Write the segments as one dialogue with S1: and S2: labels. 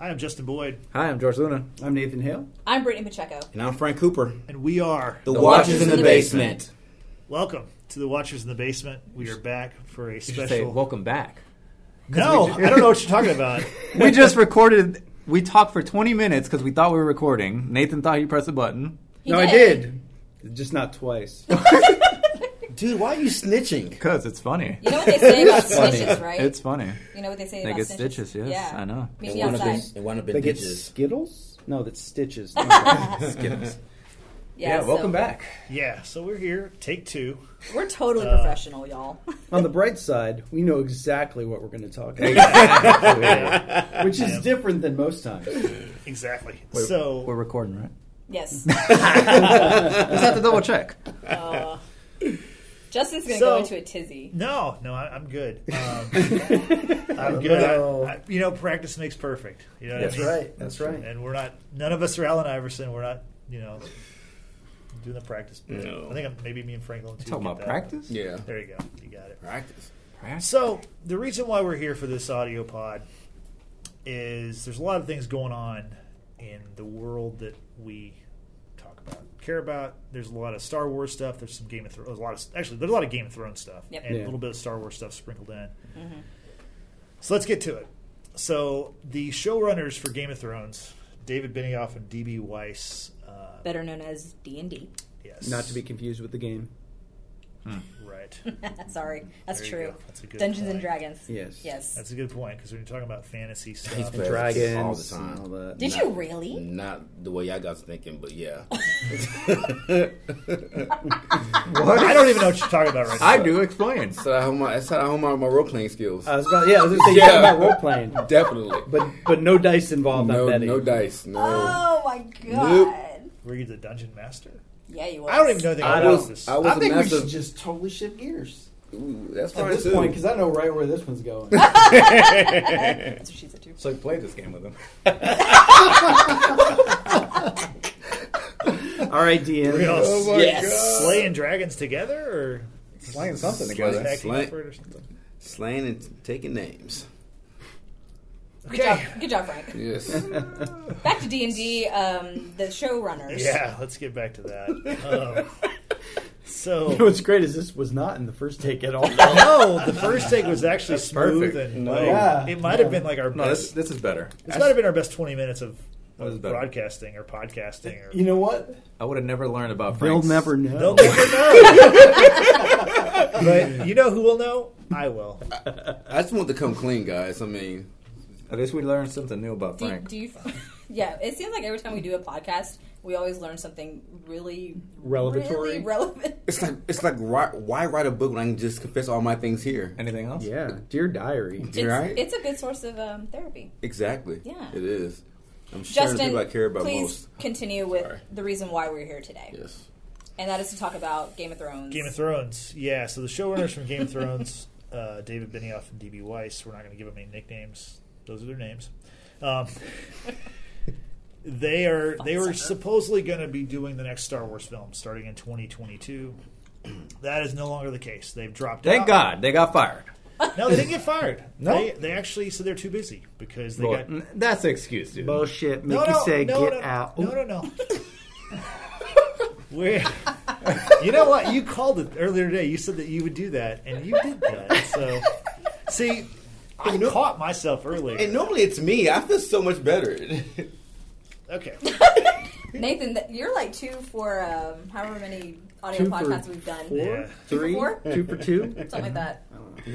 S1: I am Justin Boyd,
S2: Hi, I'm George Luna.
S3: I'm Nathan Hale.
S4: I'm Brittany Pacheco.
S2: And I'm Frank Cooper.
S1: and we are
S2: The,
S3: Watch
S2: Watch is in the, basement.
S1: welcome to the Watchers in the Basement. We are back for a
S2: You should say,
S1: special.
S2: welcome back.
S1: No, I don't know what you're talking about.
S2: we just recorded, we talked for 20 minutes because we thought we were recording. Nathan thought he pressed the button.
S4: He
S3: no, I did. Just not twice.
S5: Dude, why are you snitching?
S2: Because it's funny.
S4: You know what they say about
S5: funny.
S4: snitches, right?
S2: It's funny.
S4: you know what they say
S2: They
S4: about
S2: get
S4: snitches.
S2: stitches, yes,
S4: yeah,
S2: I know.
S4: Meet
S5: It
S4: me
S5: wound up
S4: outside.
S5: in- it wound up
S3: they
S5: in
S3: get
S5: ditches.
S3: Skittles? No, that's stitches.
S2: Skittles.
S4: Yeah, so
S2: back.
S1: Yeah, so we're here, take two.
S4: We're totally
S1: Uh,
S4: professional, y'all.
S3: On the bright side, we know exactly what we're going to talk about,
S2: Exactly.
S1: Yeah,
S3: which
S1: Yeah.
S3: is different than most times.
S1: exactly.
S2: We're-
S1: so
S2: We're recording, right?
S4: yes.
S2: Just have to double check.
S4: Uh, Justin's gonna
S1: So-
S4: go into a tizzy.
S1: no, no, I, I'm good. Um, I'm good. I- I- you know, practice makes perfect. You know what I
S3: That's
S1: mean?
S3: right. That's right.
S1: And we're not. None of us are Allen Iverson. We're not. You know, doing the practice. Bit.
S5: No.
S1: I think I'm- maybe me and Franklin too.
S2: Talking
S1: get
S2: about
S1: that.
S2: practice?
S5: Yeah.
S1: There you go. You got it.
S5: Practice.
S2: Practice.
S1: So the reason why we're here for this audio pod is there's a lot of things going on in the world that we talk about, care about. There's a lot of Star Wars stuff. There's some Game of Thrones. A lot of actually, there's a lot of Game of Thrones stuff
S4: Yep. Mm-hmm.
S1: and
S3: Yeah.
S1: a little bit of Star Wars stuff sprinkled in. So let's get to it. So the showrunners for Game of Thrones, David Benioff and D.B. Weiss. Uh,
S4: Better known as D and D.
S1: yes,
S3: Not to be confused with the game.
S2: Hmm.
S1: right.
S4: Sorry, that's
S1: There you
S4: true.
S1: go. That's a good
S4: Dungeons and
S1: point.
S4: Dragons.
S3: Yes.
S4: Yes.
S1: That's a good point because when you're talking about fantasy stuff,
S5: bad.
S3: Dragons.
S5: All the time.
S3: and all that.
S4: Did
S5: Not-
S4: you really?
S5: Not the way I got thinking, but yeah.
S1: I don't even know what you're talking about right now.
S2: I do explain.
S5: So I hone my, that's how I hone my, my role playing skills.
S3: I was about, yeah, I was going to say,
S5: Yeah.
S3: yeah, about role playing.
S5: Definitely.
S3: But, but no dice involved,
S5: no,
S3: I'm betting.
S5: no dice. No.
S4: Oh my god.
S5: Nope.
S1: Were you the dungeon master?
S4: Yeah, you was.
S1: I don't even know anything about
S3: I don't-
S1: this.
S5: I was
S3: I
S5: a
S3: think we
S5: master.
S3: should just totally shift gears
S5: Ooh, that's
S3: at
S5: fine
S3: this
S5: too.
S3: point because I know right where this one's going.
S4: That's what she said too.
S2: So you played this game with him.
S3: all right, DM.
S1: We're gonna
S5: oh my
S4: Yes.
S5: god.
S1: slaying dragons together,
S2: Playing something
S1: or
S5: Slay-
S2: together.
S1: acting
S5: slay-
S1: effort or something.
S5: Slaying and t- taking names.
S4: Good job. Good job, Frank.
S5: Yes.
S4: Back to D and D. Um, the showrunners.
S1: Yeah, let's get back to that. Um,
S3: You know
S1: so,
S3: what's great is this was not in the first take at all.
S1: no, the first take was actually smooth,
S2: perfect.
S1: and
S5: No.
S1: like,
S3: Yeah.
S1: it might have been like our
S2: No, this,
S1: best.
S2: this is better.
S1: This might have been our best twenty minutes of,
S2: That was
S1: of
S2: better.
S1: broadcasting or podcasting. Or,
S3: You know what?
S2: I would have never learned about
S3: They'll
S2: Frank's.
S3: never
S1: They'll
S3: know.
S1: never know. but you know who will know? I will.
S5: I just want to come clean, guys. I mean,
S2: At least we learned something new about
S4: Do, you-
S2: Frank.
S4: do you? Yeah, it seems like every time we do a podcast, we always learn something really
S3: Revelatory.
S4: really relevant.
S5: it's like it's like why, why write a book when I can just confess all my things here?
S2: Anything else?
S3: Yeah, dear diary.
S5: You
S4: it's,
S5: right?
S4: it's a good source of um, therapy.
S5: Exactly.
S4: Yeah.
S5: It is. I'm sharing the
S4: Justin,
S5: people I care about
S4: please
S5: most.
S4: continue with
S5: Sorry.
S4: the reason why we're here today,
S5: Yes.
S4: and that is to talk about Game of Thrones.
S1: Game of Thrones. Yeah, so the showrunners from Game of Thrones, uh, David Benioff and D.B. Weiss, we're not going to give them any nicknames. Those are their names. Um, they are they were supposedly going to be doing the next Star Wars film starting in 2022. That is no longer the case. They've dropped
S2: Thank
S1: out.
S2: God they got fired.
S1: No, they didn't get fired.
S2: No?
S1: They, they actually, so they're too busy because they
S2: Boy,
S1: got.
S2: n- that's the excuse, dude.
S3: Bullshit.
S1: No,
S3: Mickey
S1: no,
S3: said,
S1: no,
S3: "Get
S1: no,
S3: out."
S1: No, no, no. We're, you know what? You called it earlier today. You said that you would do that, and you did that. So, see, I caught myself
S5: And
S1: earlier.
S5: normally it's me. I feel so much better.
S1: Okay.
S4: Nathan, th- you're like two for um, however many audio
S3: Two for
S4: podcasts we've done,
S3: four?
S1: Yeah.
S3: Three,
S4: Four?
S3: two for two.
S4: something like that.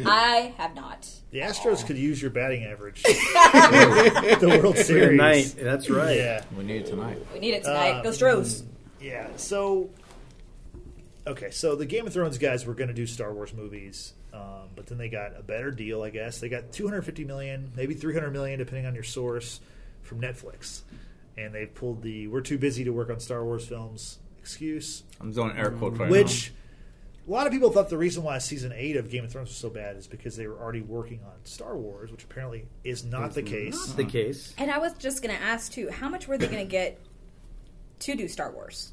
S4: I have not.
S1: The Astros could use your batting average. the World
S3: Good
S1: Series.
S3: night. That's right.
S1: Yeah.
S2: We need it tonight.
S4: We need it tonight.
S3: Uh,
S1: Um,
S4: Go
S3: mm.
S4: Stros.
S1: Yeah. So, okay. So the Game of Thrones guys were going to do Star Wars movies, um, but then they got a better deal, I guess. They got 250 million, maybe 300 million, depending on your source, from Netflix, and they pulled the "we're too busy to work on Star Wars films" excuse,
S2: I'm doing air quotes right
S1: which. A lot of people thought the reason why season eight of Game of Thrones was so bad is because they were already working on Star Wars, which apparently is not the case.
S3: That's the case.
S4: And I was just going to ask too, how much were they going to get to do Star Wars?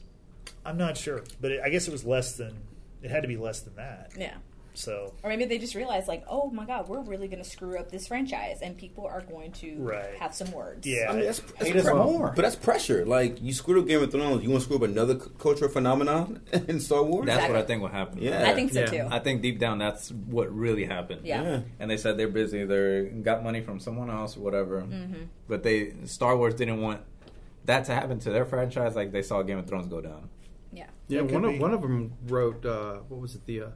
S1: I'm not sure, but it, I guess it was less than it had to be less than that.
S4: Yeah.
S1: So
S4: Or maybe they just realized, like, oh my god, we're really going to screw up this franchise, and people are going to
S1: Right.
S4: have some words.
S1: yeah,
S5: I mean, that's, that's
S2: Hate us
S5: pre-
S2: more.
S5: But that's pressure. Like you screwed up Game of Thrones, you want to screw up another c- cultural phenomenon in Star Wars?
S2: That's what I
S4: Exactly.
S2: think will happen.
S5: Yeah.
S4: I think so
S3: Yeah.
S4: too.
S2: I think deep down that's what really happened.
S4: Yeah.
S5: yeah.
S2: And they said they're busy, they got money from someone else or whatever.
S4: Mm-hmm.
S2: But they Star Wars didn't want that to happen to their franchise like they saw Game of Thrones go down.
S4: yeah.
S1: It
S3: Yeah,
S1: could
S3: one of
S1: be.
S3: one of them wrote uh, what was it the uh,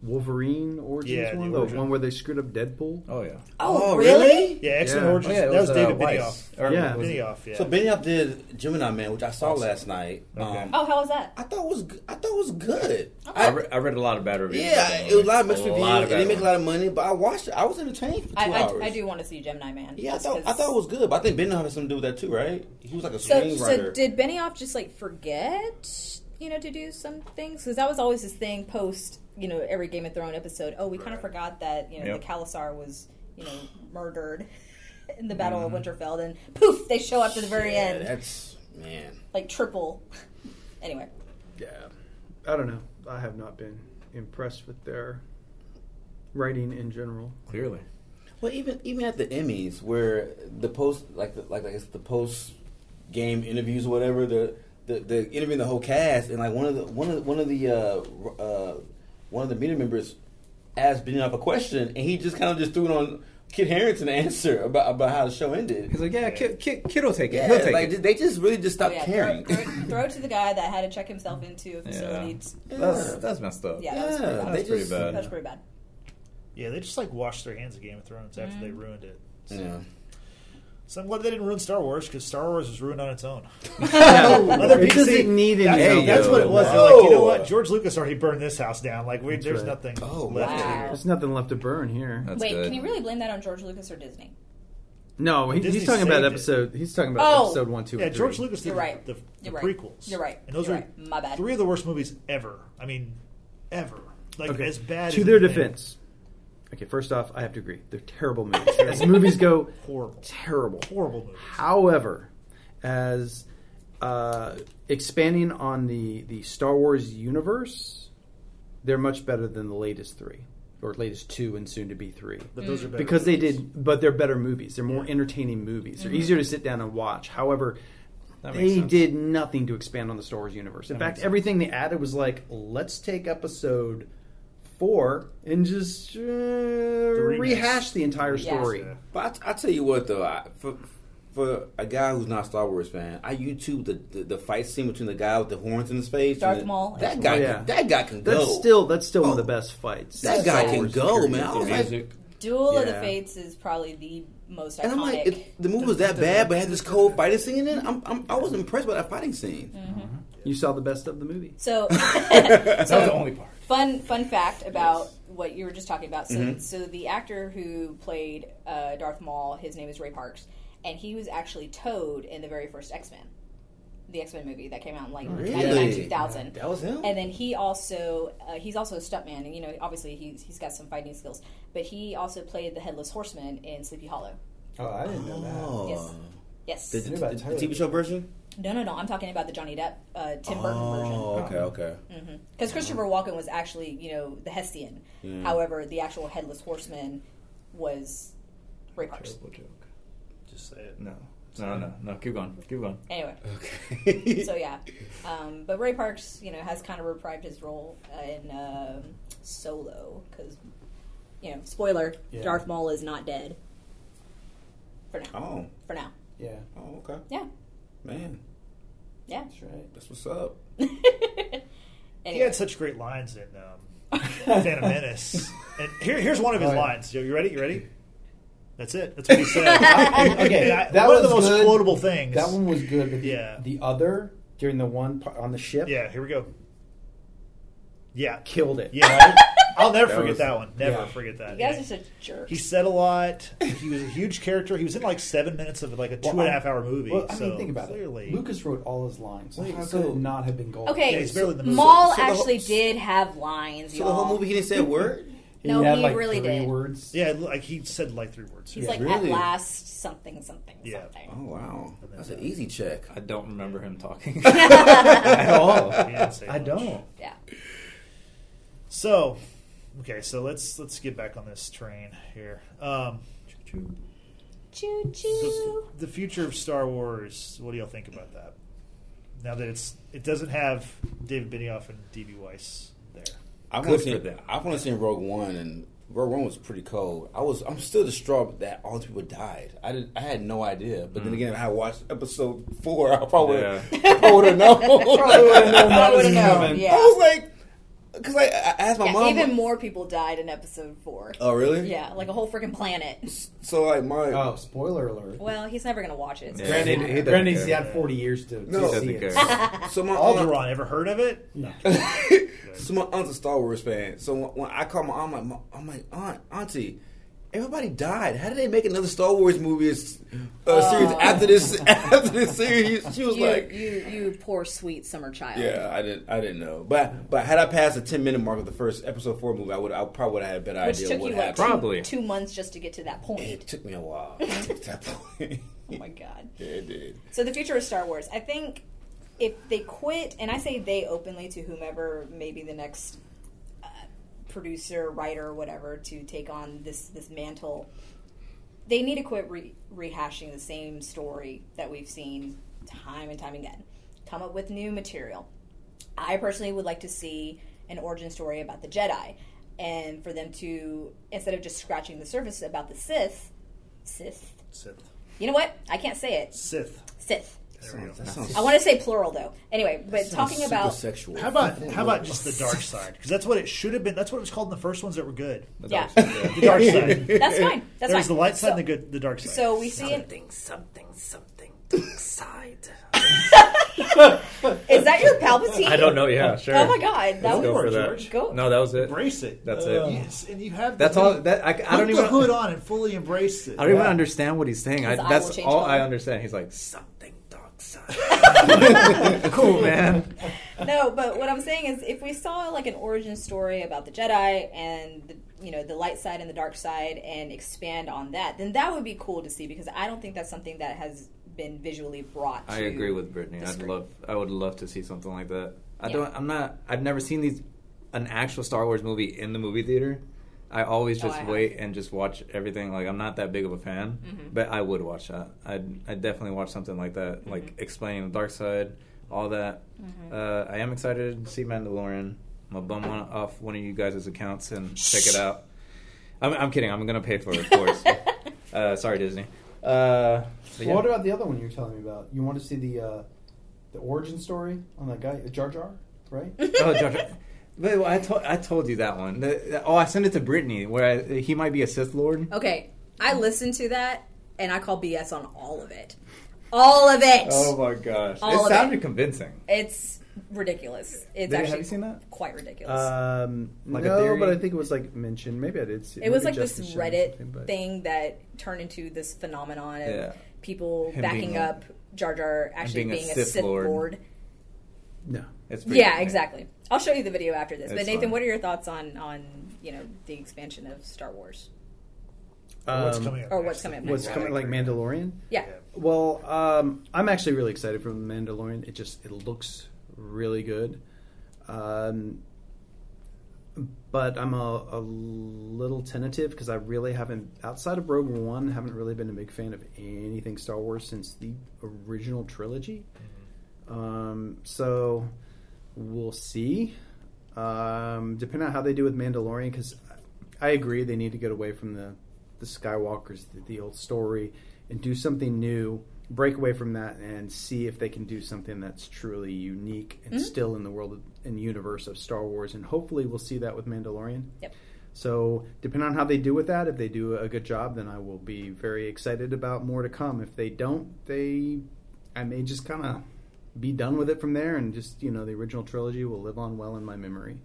S3: Wolverine origins
S1: Yeah, the
S3: one, the,
S1: origin.
S3: one where they screwed up Deadpool.
S2: Oh yeah.
S4: Oh,
S5: Oh,
S4: really?
S5: really?
S1: yeah, X Men
S3: Yeah.
S1: Origins.
S2: Oh, yeah, it
S1: that was,
S2: uh,
S1: David
S2: Weiss.
S1: Benioff.
S2: Or
S3: Yeah.
S2: was it-
S1: Benioff, yeah.
S5: So Benioff did Gemini Man, which I saw last night.
S1: Okay.
S5: Um,
S4: Oh, how was that?
S5: I thought it was g- I thought it was good.
S2: I,
S5: I,
S2: re- I read a lot of bad reviews.
S5: yeah,
S2: about that
S5: it was a
S2: movie.
S5: lot of mixed reviews.
S2: lot
S5: It
S2: of
S5: didn't
S2: bad
S5: make a lot of money, but I watched it. I was entertained for two
S4: I,
S5: hours.
S4: I, I do want to see Gemini Man.
S5: Yeah, I
S4: just
S5: thought, I
S4: 'cause-
S5: thought it was good, but I think Benioff had something to do with that too, right? He was like a
S4: So, so
S5: screenwriter.
S4: did Benioff just like forget, you know, to do some things? Because that was always his thing post, you know, every Game of Thrones episode. Oh, we kind of
S1: Right.
S4: forgot that you know
S2: Yep.
S4: the Kalasar was, you know, murdered in the Battle of Winterfell, and poof, they show up to the very
S5: Mm-hmm. yeah,
S4: end,
S5: That's man.
S4: like triple. anyway,
S3: Yeah, I don't know. I have not been impressed with their writing in general.
S2: Clearly.
S5: Well, even even at the Emmys, where the post like the, like I guess the post game interviews or whatever, the the, the interviewing the whole cast and like one of the one of the, one of the uh, uh, one of the media members asked Benioff a question, and he just kind of just threw it on Kit Harrington to answer about about how the show ended.
S2: He's like, yeah, Kid, kid, kid'll take it.
S5: Yeah,
S2: He'll take
S5: like
S2: it.
S5: they just really just stopped
S4: Oh, yeah, throw,
S5: caring.
S4: throw, throw it to the guy that had to check himself into a facility.
S5: Yeah.
S2: That's that's messed up.
S4: Yeah,
S5: Yeah,
S4: that was pretty bad.
S5: they
S2: That's pretty
S5: just,
S4: That
S2: bad.
S4: was pretty bad.
S1: yeah, they just like washed their hands of Game of Thrones after
S4: Mm-hmm.
S1: they ruined it. So,
S5: Yeah.
S1: so I'm glad they didn't ruin Star Wars because Star Wars was ruined on its own.
S3: Other
S1: people
S3: doesn't
S1: see-
S3: need any.
S1: That's,
S2: Hey,
S1: that's
S2: yo,
S1: what it was.
S5: wow.
S1: They're like, you know what? George Lucas already burned this house down. Like, we, there's
S3: right.
S1: nothing
S5: Oh,
S1: left
S4: wow.
S1: here.
S3: There's nothing left to burn here.
S2: That's
S4: Wait,
S2: good.
S4: can you really blame that on George Lucas or Disney?
S3: No, he, he's
S1: Disney
S3: talking about
S1: saved it.
S3: episode. He's talking about
S4: Oh.
S3: episode one, two,
S1: Yeah,
S3: and three.
S1: George Lucas did
S4: You're right.
S1: the, the
S4: You're right.
S1: prequels.
S4: You're right.
S1: And those
S4: You're
S1: were
S4: right. My bad.
S1: three of the worst movies ever. I mean, ever. Like,
S3: Okay.
S1: as bad
S3: to
S1: as
S3: their
S1: they've been.
S3: defense. Okay, first off, I have to agree. They're terrible movies. As movies go,
S1: Horrible.
S3: terrible.
S1: Horrible movies.
S3: However, as uh, expanding on the the Star Wars universe, they're much better than the latest three, or latest two, and soon to be three.
S1: But those are better
S3: Mm. because they
S1: movies. Mm-hmm.
S3: did, but they're better movies. They're more entertaining movies. They're easier to sit down and watch. However.
S2: That makes
S3: They
S2: sense.
S3: did nothing to expand on the Star Wars universe. In fact, everything they added was like, let's take episode four and just uh,
S1: remix.
S3: rehash the entire
S4: Yeah.
S3: story.
S1: Yeah.
S5: But I, I tell you what, though, I, for for a guy who's not a Star Wars fan, I YouTube the, the the fight scene between the guy with the horns in his face.
S4: Darth
S5: and the-
S4: Maul.
S5: That guy,
S3: Oh, yeah.
S5: that guy can
S3: That's
S5: go.
S3: still that's still one of the best fights.
S5: that
S4: so
S5: guy
S4: sad.
S5: can go, man. I was
S2: The
S5: like,
S2: music.
S4: Duel of the
S5: Yeah.
S4: Fates is probably the most iconic.
S5: and I'm like, if the movie was that bad, but had this cold fighting scene in it. I'm, I'm I was impressed by that fighting scene.
S4: Mm.
S3: You saw the best of the movie.
S4: So,
S2: That's the only part.
S4: fun fun fact about what you were just talking about. So,
S5: Mm-hmm.
S4: so the actor who played uh, Darth Maul, his name is Ray Parks, and he was actually Toad in the very first X Men, the X Men movie that came out in like
S5: Really?
S4: 2000.
S5: That was him.
S4: And then he also uh, he's also a stuntman, and you know obviously he's he's got some fighting skills, but he also played the headless horseman in Sleepy Hollow.
S2: Oh, I didn't know
S5: oh.
S4: Yes. Yes.
S5: The, the- the TV show version.
S4: No, no, no. I'm talking about the Johnny Depp, uh, Tim Burton version.
S5: Oh, okay, okay.
S4: Because Christopher Walken was actually, you know, the Hestian.
S5: Yeah.
S4: However, the actual headless horseman was Ray Parks.
S2: Terrible joke.
S1: Just say it.
S2: No. No, no, no. Keep going. Keep going.
S4: Anyway,
S5: Okay.
S4: Mm. so yeah, um, but Ray Parks, you know, has kind of reprived his role uh, in um, Solo because, you know, spoiler:
S3: Yeah.
S4: Darth Maul is not dead. For now,
S5: oh,
S4: for now,
S3: Yeah,
S5: oh, okay,
S4: yeah,
S5: man.
S4: yeah.
S3: that's right.
S5: That's what's up.
S1: He
S4: anyway,
S1: had such great lines in um, Phantom Menace. And here, here's one of his
S3: Oh, yeah.
S1: lines. Yo, you ready? You ready? That's it. That's what he said.
S3: Okay,
S1: And I-
S3: that
S1: one of the
S3: was
S1: most
S3: good.
S1: quotable things.
S3: That one was good. But
S1: Yeah.
S3: the, the other during the one part on the ship,
S1: Yeah, here we go. Yeah,
S3: killed it.
S1: yeah. I'll never forget
S5: was-
S1: that one. Never
S3: yeah.
S1: forget that.
S4: you guys
S1: Yeah.
S4: are such jerks.
S1: he said a lot. He was a huge character. He was in like seven minutes of like a two and a half hour movie.
S6: Well, I
S1: so
S6: mean, think about
S1: clearly,
S6: it. Lucas wrote all his lines.
S5: Wait,
S6: How
S5: so-
S6: could it not have been gold?
S4: Okay,
S1: Yeah, he's barely in the movie.
S4: Maul
S5: So the whole-
S4: actually did have lines.
S5: So the whole
S4: y'all.
S5: movie, he didn't say a word.
S6: He
S4: No,
S6: had
S4: he
S6: like
S4: really
S6: three
S4: did.
S6: words.
S1: Yeah, like he said like three words.
S4: He's
S1: Yeah.
S4: like at
S5: Really?
S4: last something something
S1: Yeah.
S5: Oh
S4: something.
S5: wow, that's an easy check.
S2: I don't remember him talking at all.
S6: Oh.
S1: He didn't say
S6: I
S1: much.
S6: don't.
S4: Yeah.
S1: So, Okay, so let's let's get back on this train here. Um,
S4: Choo
S1: the,
S4: choo.
S1: the future of Star Wars. What do y'all think about that? Now that it's it doesn't have David Benioff and D.B. Weiss there.
S5: I've
S2: Good
S5: only
S2: for
S5: seen
S2: them.
S5: I've only seen Rogue One, and Rogue One was pretty cold. I was I'm still distraught that all these people died. I did I had no idea. But then again, if I watched episode four. I probably
S2: Mm. Yeah.
S5: Oh, I would have known.
S4: I would have known.
S2: Coming.
S5: I
S4: Yeah.
S5: was like, because I, I asked my
S4: Yeah,
S5: mom.
S4: even more people died in episode four.
S5: oh really?
S4: Yeah, like a whole freaking planet.
S5: So like my
S6: Oh, spoiler alert.
S4: Well, he's never gonna watch it. so-
S2: Yeah.
S6: Granted,
S2: He doesn't
S6: granted, he's
S2: care.
S6: had 40 years to, to see
S5: No.
S2: Doesn't
S6: it.
S2: care.
S5: so my aunt-
S1: Alderaan. Ever heard of it? No.
S5: So my aunt's a Star Wars fan. So when, when I call my aunt, I'm like, "Ma- I'm like, aunt, auntie, everybody died. How did they make another Star Wars movie uh, series after this after this series? She was
S4: Oh. You,
S5: like,
S4: you, you poor sweet summer child.
S5: Yeah, I didn't, I didn't know. But but had I passed the ten minute mark of the first episode four movie, I would, I probably would have had a better
S4: Which
S5: idea
S4: took
S5: of what
S4: you like
S5: happened.
S4: two,
S2: Probably.
S4: two months just to get to that
S5: It
S4: point.
S5: took me a while. to get to that point.
S4: Oh my god.
S5: Yeah, it did.
S4: So the future of Star Wars, I think if they quit, and I say they openly to whomever may be the next uh, producer, writer, whatever, to take on this this mantle, they need to quit re- rehashing the same story that we've seen time and time again. Come up with new material. I personally would like to see an origin story about the Jedi, and for them to instead of just scratching the surface about the Sith, Sith.
S1: Sith.
S4: You know what? I can't say it.
S1: Sith.
S4: Sith.
S1: There we go.
S5: That sounds
S4: I want to say plural though. Anyway, but talking
S5: super
S4: about
S5: sexual.
S1: How about how about just the dark side? Because that's what it should have been. That's what it was called in the first ones that were good.
S2: The
S4: Yeah.
S2: dark side, yeah.
S1: The dark side. There's
S4: that's fine. That's fine.
S1: the light side
S4: so,
S1: and the good, the dark side.
S4: So we see it.
S7: something, something, something dark side.
S4: Is that your Palpatine?
S2: I don't know. Yeah, sure.
S4: Oh my god, that
S2: Let's
S4: was
S2: go for
S1: George.
S2: that.
S4: Go.
S2: No, that was it.
S1: embrace it. Uh,
S2: That's it.
S1: Yes, and you have.
S2: That's
S1: the
S2: all.
S1: hood.
S2: That I, I don't
S1: Put
S2: even.
S1: the hood on and fully embrace it.
S2: I don't even understand what he's saying. I,
S4: His eye will
S2: that's
S4: change
S2: all
S4: color.
S2: I understand. He's like,
S7: Something dark side.
S2: cool,
S4: Oh,
S2: man.
S4: no, but what I'm saying is, if we saw like an origin story about the Jedi and the, you know the light side and the dark side, and expand on that, then that would be cool to see because I don't think that's something that has been visually brought.
S2: I
S4: to
S2: agree with Brittany.
S4: the
S2: I'd
S4: screen.
S2: love. I would love to see something like that. I
S4: Yeah.
S2: don't. I'm not. I've never seen these an actual Star Wars movie in the movie theater. I always
S4: Oh,
S2: just
S4: I have. Mm-hmm.
S2: wait and just watch everything. Like I'm not that big of a fan, but I would watch that. I'd, I'd definitely watch something like that,
S4: Mm-hmm.
S2: like explaining the dark side, all that. Uh, I am excited to see Mandalorian. I'm gonna bum one off one of you guys' accounts and check it out. I'm, I'm kidding. I'm gonna pay for it, of course. uh, sorry, Disney. Uh, but yeah.
S6: Well, what about the other one you were telling me about? You want to see the uh, the origin story on that guy, Jar Jar, right?
S2: oh, Jar Jar. But well, I told I told you that one. The- the- oh, I sent it to Brittany, where I, he might be a Sith Lord.
S4: Okay, I listened to that and I call BS on all of it. All of it.
S2: Oh my gosh,
S4: All of
S2: it sounded
S4: it.
S2: convincing.
S4: It's ridiculous. It's
S2: Did-
S4: actually
S2: have you seen that? Uh,
S4: quite ridiculous.
S3: Um,
S2: Like a
S3: no,
S2: theory?
S3: but I think it was like mentioned. Maybe I did see.
S4: it was
S3: maybe
S4: like this
S3: Justin showed me something,
S4: Reddit
S3: but-
S4: thing that turned into this phenomenon of
S2: Yeah.
S4: people
S2: Him
S4: backing
S2: being a-
S4: up Jar Jar actually
S2: being
S4: being, a Sith, Lord.
S3: No,
S2: It's pretty
S4: Yeah,
S2: funny.
S4: exactly. I'll show you the video after this. but
S2: It's
S4: Nathan,
S2: fun.
S4: what are your thoughts on on you know the expansion of Star Wars
S1: What's
S3: Um,
S1: coming up?
S4: or
S1: next?
S4: Oh, what's coming up?
S3: What's
S4: next?
S3: coming like Mandalorian?
S4: Yeah.
S3: Well, um, I'm actually really excited for The Mandalorian. It just it looks really good, um, but I'm a, a little tentative because I really haven't, outside of Rogue One, haven't really been a big fan of anything Star Wars since the original trilogy. Um, so we'll see. Um, depending on how they do with Mandalorian, because I agree they need to get away from the the Skywalker's the, the old story and do something new. Break away from that and see if they can do something that's truly unique and still in the world of- and universe of Star Wars. And hopefully, we'll see that with Mandalorian.
S4: Yep.
S3: So, depending on how they do with that, if they do a good job, then I will be very excited about more to come. If they don't, they, I may just kind of be done with it from there, and just you know, the original trilogy will live on well in my memory.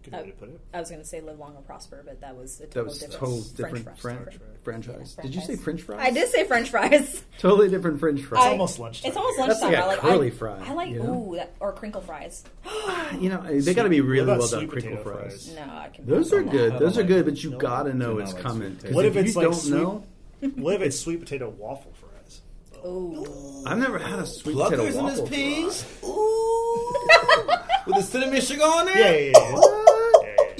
S1: Good
S4: Oh.
S1: way to put it.
S4: I was going to say live long and prosper, but that was a total
S3: That was
S4: different,
S3: total
S4: French
S3: different
S4: fries.
S3: French franchise.
S4: Yeah,
S3: Did you say
S4: franchise.
S3: French fries?
S4: I did say French fries.
S3: Totally different French fries.
S4: I-
S1: almost lunchtime
S4: It's almost
S1: here.
S3: That's
S4: lunchtime.
S3: like
S4: I
S3: a
S4: like
S3: curly
S4: I,
S3: fry,
S4: I like
S3: you know?
S4: ooh that, or crinkle fries.
S3: you know, they got to be really
S1: What about
S3: well done
S1: sweet
S3: crinkle
S1: potato
S3: fries.
S1: fries?
S4: No, I can.
S3: Those are
S2: I
S3: good.
S2: don't
S3: Those are
S2: like
S3: good,
S2: them.
S3: but you
S2: No,
S3: gotta know
S2: do
S3: it's
S2: not like
S3: coming.
S2: sweet
S3: 'Cause
S2: potato.
S1: What
S3: if,
S1: if it's
S3: you
S1: like
S3: don't
S1: sweet-
S3: know?
S1: What if it's sweet potato waffle fries?
S4: Ooh,
S3: I've never had a sweet potato
S5: Pluckers in
S3: waffle.
S5: his
S3: fry.
S5: peas. Ooh, with the cinnamon sugar on
S1: Yeah,
S5: there.
S1: yeah, yeah. yeah.
S3: What?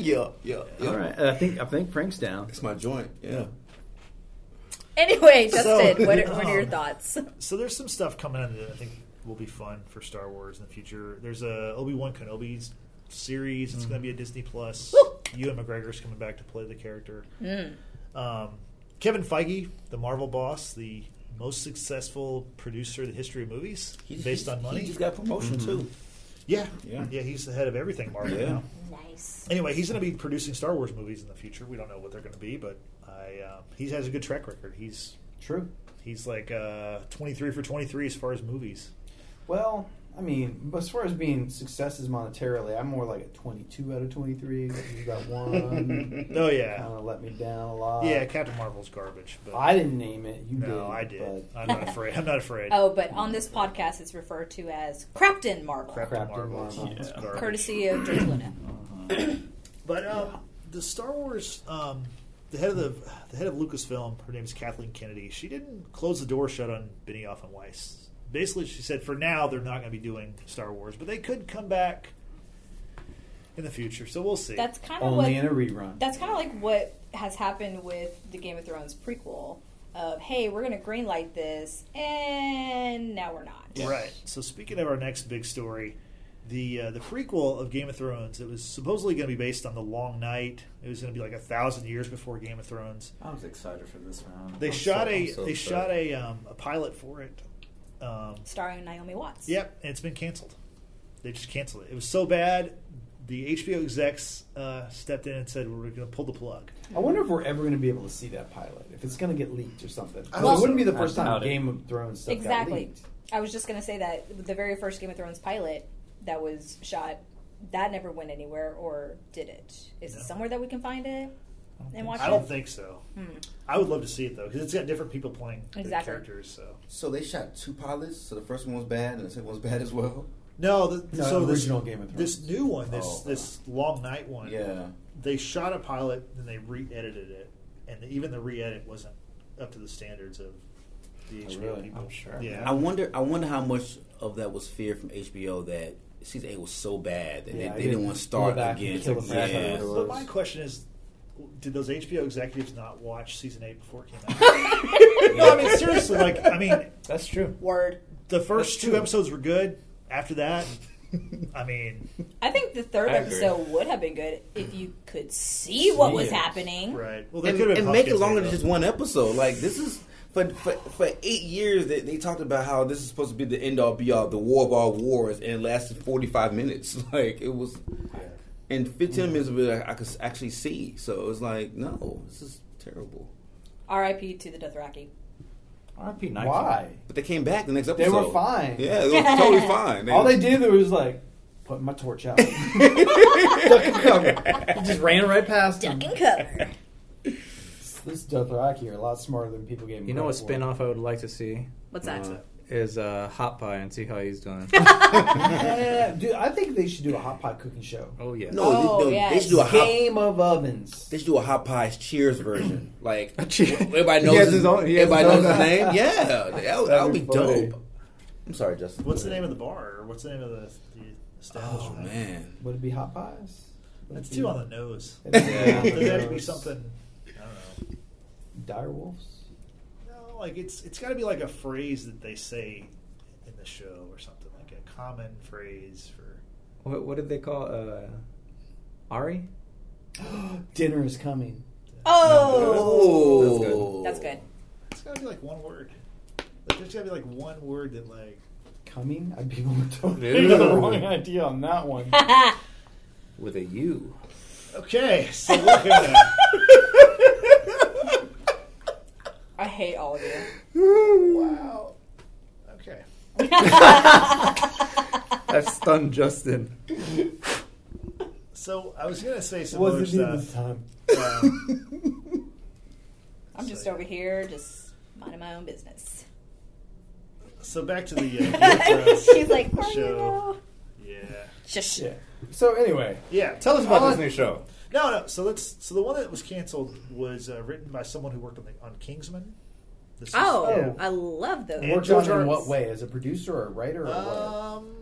S1: Yeah, yeah,
S5: yeah, yeah, yeah.
S3: All right. And I think I think Frank's down.
S5: It's my joint. Yeah.
S4: Anyway,
S1: So-
S4: Justin, what, are, what are your
S1: Um,
S4: thoughts?
S1: So there's some stuff coming in that I think will be fun for Star Wars in the future. There's a Obi Wan Kenobi's series.
S3: Mm.
S1: It's going to be a Disney Plus. Ewan McGregor's coming back to play the character.
S4: Hmm.
S1: Um, Kevin Feige, the Marvel boss, the most successful producer in the history of movies, based on money. Mm-hmm.
S5: He just got promotion too.
S1: yeah, yeah,
S5: Yeah.
S1: He's the head of everything Marvel
S5: Yeah.
S1: now.
S4: Nice.
S1: Anyway, he's going to be producing Star Wars movies in the future. We don't know what they're going to be, but I uh, he has a good track record. He's
S6: True.
S1: he's like uh, twenty three for twenty three as far as movies.
S6: Well, I mean, as far as being successes monetarily, I'm more like a 22 out of 23. You got one.
S1: Oh yeah,
S6: kind of let me down a lot.
S1: yeah. Captain Marvel's garbage, but
S6: I didn't name it. You did.
S1: no, I did.
S6: But
S1: I'm not afraid. I'm not afraid.
S4: Oh, but on this podcast, it's referred to as Crapton Marvel,
S1: Captain
S6: Captain
S1: Marvel's
S6: Marvel. Yeah.
S1: garbage.
S4: courtesy of George Luna.
S1: But um, the Star Wars, um, the head of the the head of Lucasfilm, her name is Kathleen Kennedy. She didn't close the door shut on Benioff and Weiss. Basically, she said for now they're not going to be doing Star Wars, but they could come back in the future. So we'll see.
S4: That's kind of
S6: only
S4: what
S6: in a rerun.
S4: that's kind of like what has happened with the Game of Thrones prequel of hey, we're going to greenlight this, and now we're not.
S1: Right. So speaking of our next big story, the uh, the prequel of Game of Thrones. It was supposedly going to be based on The Long Night. It was going to be like a thousand years before Game of Thrones.
S2: I was excited for this round.
S1: They
S2: I'm
S1: shot
S2: so-
S1: a
S2: I'm so
S1: they
S2: excited.
S1: shot a um, a pilot for it. Um,
S4: Starring Naomi Watts.
S1: yep, and it's been canceled. They just canceled it. It was so bad. The HBO execs uh, stepped in and said, "We're going to pull the plug."
S6: I wonder if we're ever going to be able to see that pilot. If it's going to get leaked or something.
S1: I
S6: Well,
S1: hope
S6: it wouldn't be the
S2: so.
S6: first
S2: I
S6: time
S2: doubt it.
S6: Game of Thrones stuff got
S4: Exactly.
S6: leaked.
S4: I was just going to say that the very first Game of Thrones pilot that was shot, that never went anywhere, or did it? Is
S1: No.
S4: it somewhere that we can find it and watch
S1: I
S4: it?
S1: don't think so.
S4: Hmm.
S1: I would love to see it though because it's got different people playing the
S4: Exactly.
S1: characters. So
S5: So they shot two pilots. So the first one was bad, and the second one was bad as well.
S1: no, the,
S6: No,
S1: so this-
S6: original Game of Thrones.
S1: This new one, this
S5: Oh.
S1: this long night one,
S5: Yeah.
S1: they shot a pilot and they re-edited it, and even the re-edit wasn't up to the standards of the
S5: Oh,
S1: HBO
S5: really?
S1: people.
S2: I'm sure.
S1: Yeah,
S5: I wonder. I wonder how much of that was fear from HBO that season eight was so bad that
S6: Yeah,
S5: they,
S6: I
S5: they didn't
S6: didn't
S5: want
S6: go
S5: to start
S6: back and
S5: again.
S6: kill the franchise.
S5: Yeah.
S1: but my question is, did those HBO executives not watch season eight before it came out? no, I mean seriously. Like, I mean,
S2: That's true.
S4: Word.
S1: the first
S2: That's
S1: two
S2: true.
S1: episodes were good. After that, I mean,
S4: I think the third
S2: I agree.
S4: episode would have been good if you could see what was
S3: it.
S4: happening.
S1: right? Well, they
S5: And,
S1: could have
S5: and
S1: been
S5: make it
S1: pumpkins,
S5: longer
S1: though.
S5: than just one episode. Like this is for for, for eight years that they, talked about how this is supposed to be the end all be all, the war of all wars, and it lasted forty five minutes. Like it was, and fifteen minutes of it I, I could actually see. So it was like, no, this is terrible.
S4: R.I.P. to the Dothraki.
S2: RIP Nike.
S6: Why?
S5: But they came back the next
S6: They
S5: episode.
S6: were fine.
S5: Yeah, they were totally fine.
S6: All they did was like put my torch out. Duck and cover. He just ran right past him.
S4: Duck and cover.
S6: This Dothraki are a lot smarter than people gave him
S2: You know what
S6: credit for.
S2: spin off I would like to see?
S4: What's that?
S2: Uh, is uh, Hot Pie and see how he's doing.
S6: Yeah, dude, I think they should do a hot pot cooking show.
S2: oh, yeah.
S5: No,
S4: Oh,
S5: they, no
S4: yes.
S5: they should do a hot.
S6: Game of ovens.
S5: They should do a hot pies cheers version. Like
S2: cheer-
S5: everybody
S2: He
S5: knows
S2: has
S5: his,
S2: his own- he has
S5: everybody
S2: his own-
S5: knows his name. Yeah, that would, that would be
S6: That'd be funny.
S5: dope. I'm sorry, Justin.
S1: What's the name of the bar? Or what's the name of the, the
S5: Oh
S1: establishment?
S5: man.
S6: Would it be hot pies? Would it
S1: That's
S6: be-
S1: too on the nose.
S6: It'd be
S5: Yeah.
S6: on the
S1: Does it have to be
S6: nose.
S1: something? I don't know.
S6: Dire wolves.
S1: No, like it's it's got to be like a phrase that they say in the show or something, like a common phrase for.
S2: What, what did they call uh, Ari?
S6: Dinner is coming.
S4: Oh,
S2: That's good.
S4: that's good.
S1: It's got to be like one word. Like, there's got to be like one word that like.
S6: Coming? I'd be totally the wrong idea on that one.
S2: With a U.
S1: Okay, so we're gonna.
S4: I hate all of you.
S1: wow. Okay.
S2: That stunned Justin.
S1: So I was gonna say some other
S6: Wasn't me this
S1: stuff.
S6: time.
S1: Um,
S4: I'm just
S1: So, yeah.
S4: over here, just minding my own business.
S1: so back to the uh, Game of Thrones
S4: She's like, oh, you
S1: show.
S4: know.
S1: Yeah.
S4: Shush.
S6: Yeah. So anyway,
S1: Yeah.
S2: Tell us about
S1: Uh,
S2: this new show.
S1: No, no. So let's. So the one that was canceled was uh, written by someone who worked on the, on Kingsman. This is-
S4: Oh,
S6: Yeah.
S4: I love those.
S1: And
S6: worked
S1: George
S6: on in
S1: R.
S6: what way? As a producer or a writer
S2: Uh,
S6: or what?
S1: Um,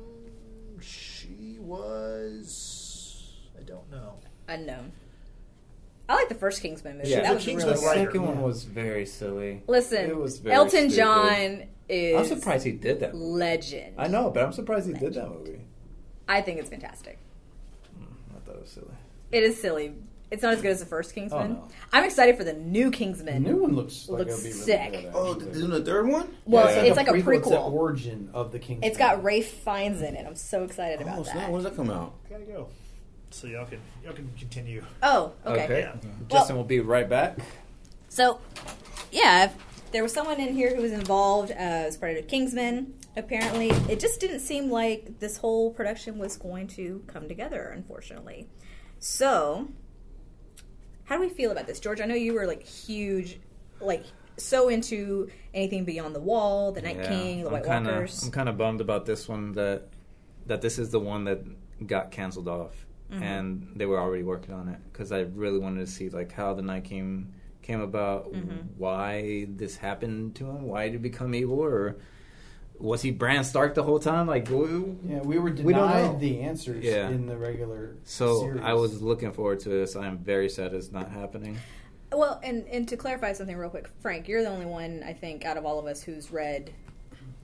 S1: she was. I don't know.
S4: unknown. I like the first Kingsman movie.
S2: Yeah.
S4: that
S2: The
S4: was
S1: Kingsman
S2: The
S4: really
S1: was- Writer.
S2: second one was very silly.
S4: listen.
S2: It was very
S4: Elton
S2: stupid.
S4: John is
S2: I'm surprised he did that. Movie.
S4: legend.
S2: I know, but I'm surprised he did that movie.
S4: I think it's fantastic.
S2: I thought it was silly.
S4: It is silly. It's not as good as the first Kingsman.
S2: no.
S4: I'm excited for the new
S6: The
S4: Kingsman.
S6: new one looks like
S4: Looks
S6: it'll be really
S4: sick.
S6: good,
S5: Oh,
S6: actually.
S5: they're doing the third one?
S4: Well,
S2: Yeah.
S4: it's like a prequel.
S6: It's the origin of the Kingsman.
S4: It's got Rafe Fiennes in it. I'm so excited about
S5: Oh,
S4: that.
S5: snap. When does that come out?
S1: I gotta go. So y'all can y'all can continue.
S4: Oh, okay.
S1: Yeah.
S2: Justin will be right back.
S4: So, yeah, if there was someone in here who was involved uh, as part of Kingsman. Apparently, it just didn't seem like this whole production was going to come together, unfortunately. So, how do we feel about this, George? I know you were like huge, like so into anything beyond the wall, the Night
S2: Yeah,
S4: King, the
S2: I'm
S4: White
S2: kinda,
S4: Walkers.
S2: I'm kind of bummed about this one that that this is the one that got canceled off,
S4: Mm-hmm.
S2: and they were already working on it because I really wanted to see like how the night came came about,
S4: Mm-hmm.
S2: why this happened to him, why did he become evil, or was he Bran Stark the whole time? Like, w-
S6: Yeah, we were
S2: We don't know.
S6: denied the answers
S2: Yeah.
S6: in the regular.
S2: so
S6: series.
S2: I was looking forward to this. I'm very sad it's not happening.
S4: Well, and and to clarify something real quick, Frank, you're the only one I think out of all of us who's read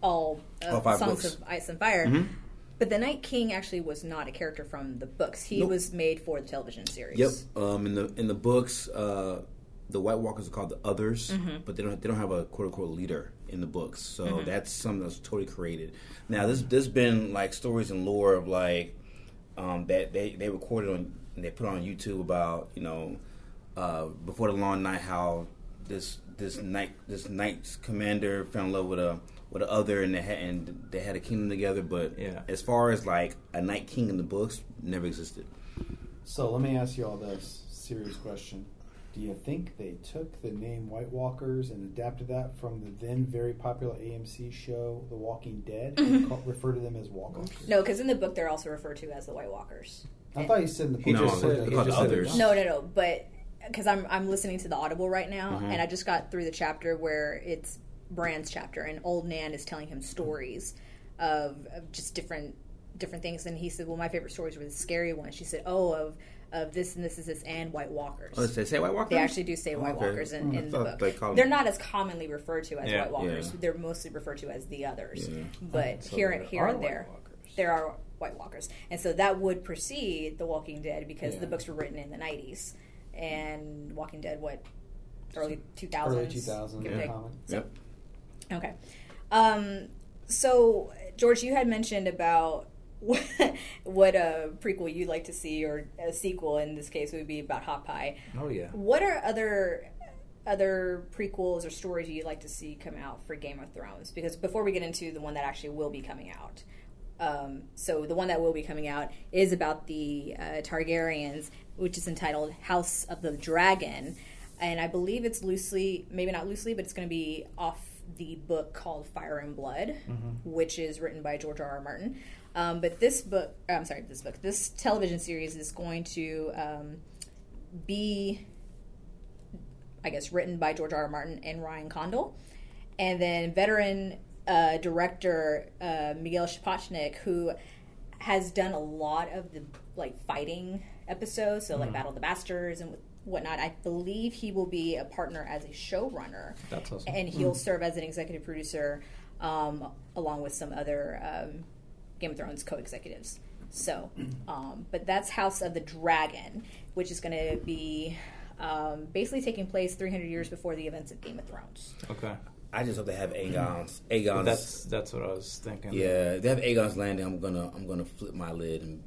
S4: all of
S5: All five
S4: Songs
S5: books. Mm-hmm.
S4: of Ice and Fire. But the Night King actually was not a character from the books. He
S5: Nope.
S4: was made for the television series.
S5: Yep. Um, in the in the books, uh, the White Walkers are called the Others, but they don't they don't have a quote unquote leader in the books. So that's something that's totally created. Now this there's been like stories and lore of like um, that they they recorded on and they put on YouTube about you know uh, before the long night how this this knight this knight's commander fell in love with a with a other and they had and they had a kingdom together. But
S2: Yeah.
S5: as far as like a knight king in the books, never existed.
S6: So let me ask you all this serious question: Do you think they took the name White Walkers and adapted that from the then very popular AMC show The Walking Dead
S4: Mm-hmm.
S6: and call, refer to them as Walkers?
S4: No, because in the book they're also referred to as the White Walkers.
S6: I thought you said in the
S5: He
S6: book
S5: just
S6: they
S5: said-
S6: were
S5: he
S6: called
S5: just said others.
S4: No, no, no. But because I'm I'm listening to the Audible right now,
S5: Mm-hmm.
S4: and I just got through the chapter where it's Bran's chapter, and old Nan is telling him stories of, of just different different things, and he said, "Well, my favorite stories were the scary ones." She said, "Oh, of of this and this is this and White Walkers."
S5: Oh, they say White Walkers.
S4: They actually do say White
S5: okay.
S4: Walkers in, in
S5: Mm. I
S4: the
S5: thought
S4: book.
S5: they called
S4: They're
S5: them-
S4: not as commonly referred to as
S2: Yeah.
S4: White Walkers.
S5: Yeah.
S4: They're mostly referred to as the others.
S5: Yeah. Oh,
S4: But
S2: So
S4: here
S2: there
S4: and here
S2: are
S4: and
S2: White
S4: there,
S2: Walkers.
S4: there are White Walkers, and so that would precede The Walking Dead because the books were written in the '90s, and Walking Dead what early 2000s,
S6: Early 2000s.
S4: give or take.
S6: common.
S5: Yep.
S4: Okay. Um, so, George, you had mentioned about what, what a prequel you'd like to see, or a sequel in this case would be about Hot Pie.
S2: Oh yeah,
S4: What are other other prequels or stories you'd like to see come out for Game of Thrones? Because before we get into the one that actually will be coming out, um, so the one that will be coming out is about the uh, Targaryens, which is entitled House of the Dragon, and I believe it's loosely, maybe not loosely, but it's going to be off the book called Fire and Blood, which is written by George R. R. Martin. Um, but this book, I'm sorry, this book, this television series is going to um, be I guess, written by George R. R. Martin and Ryan Condal. And then veteran uh, director uh, Miguel Sapochnik, who has done a lot of the like fighting episodes, so like Battle of the Bastards and whatnot. I believe he will be a partner as a showrunner,
S2: that's awesome.
S4: and
S5: Mm.
S4: he'll serve as an executive producer um, along with some other um, Game of Thrones co-executives. So,
S5: Mm.
S4: um, but that's House of the Dragon, which is going to be um, basically taking place 300 years before the events of Game of Thrones.
S2: Okay,
S5: I just hope they have Aegon's. Aegon's.
S2: that's that's what I was thinking.
S5: Mm-hmm. yeah, if they have Aegon's landing. I'm gonna I'm gonna flip my lid and.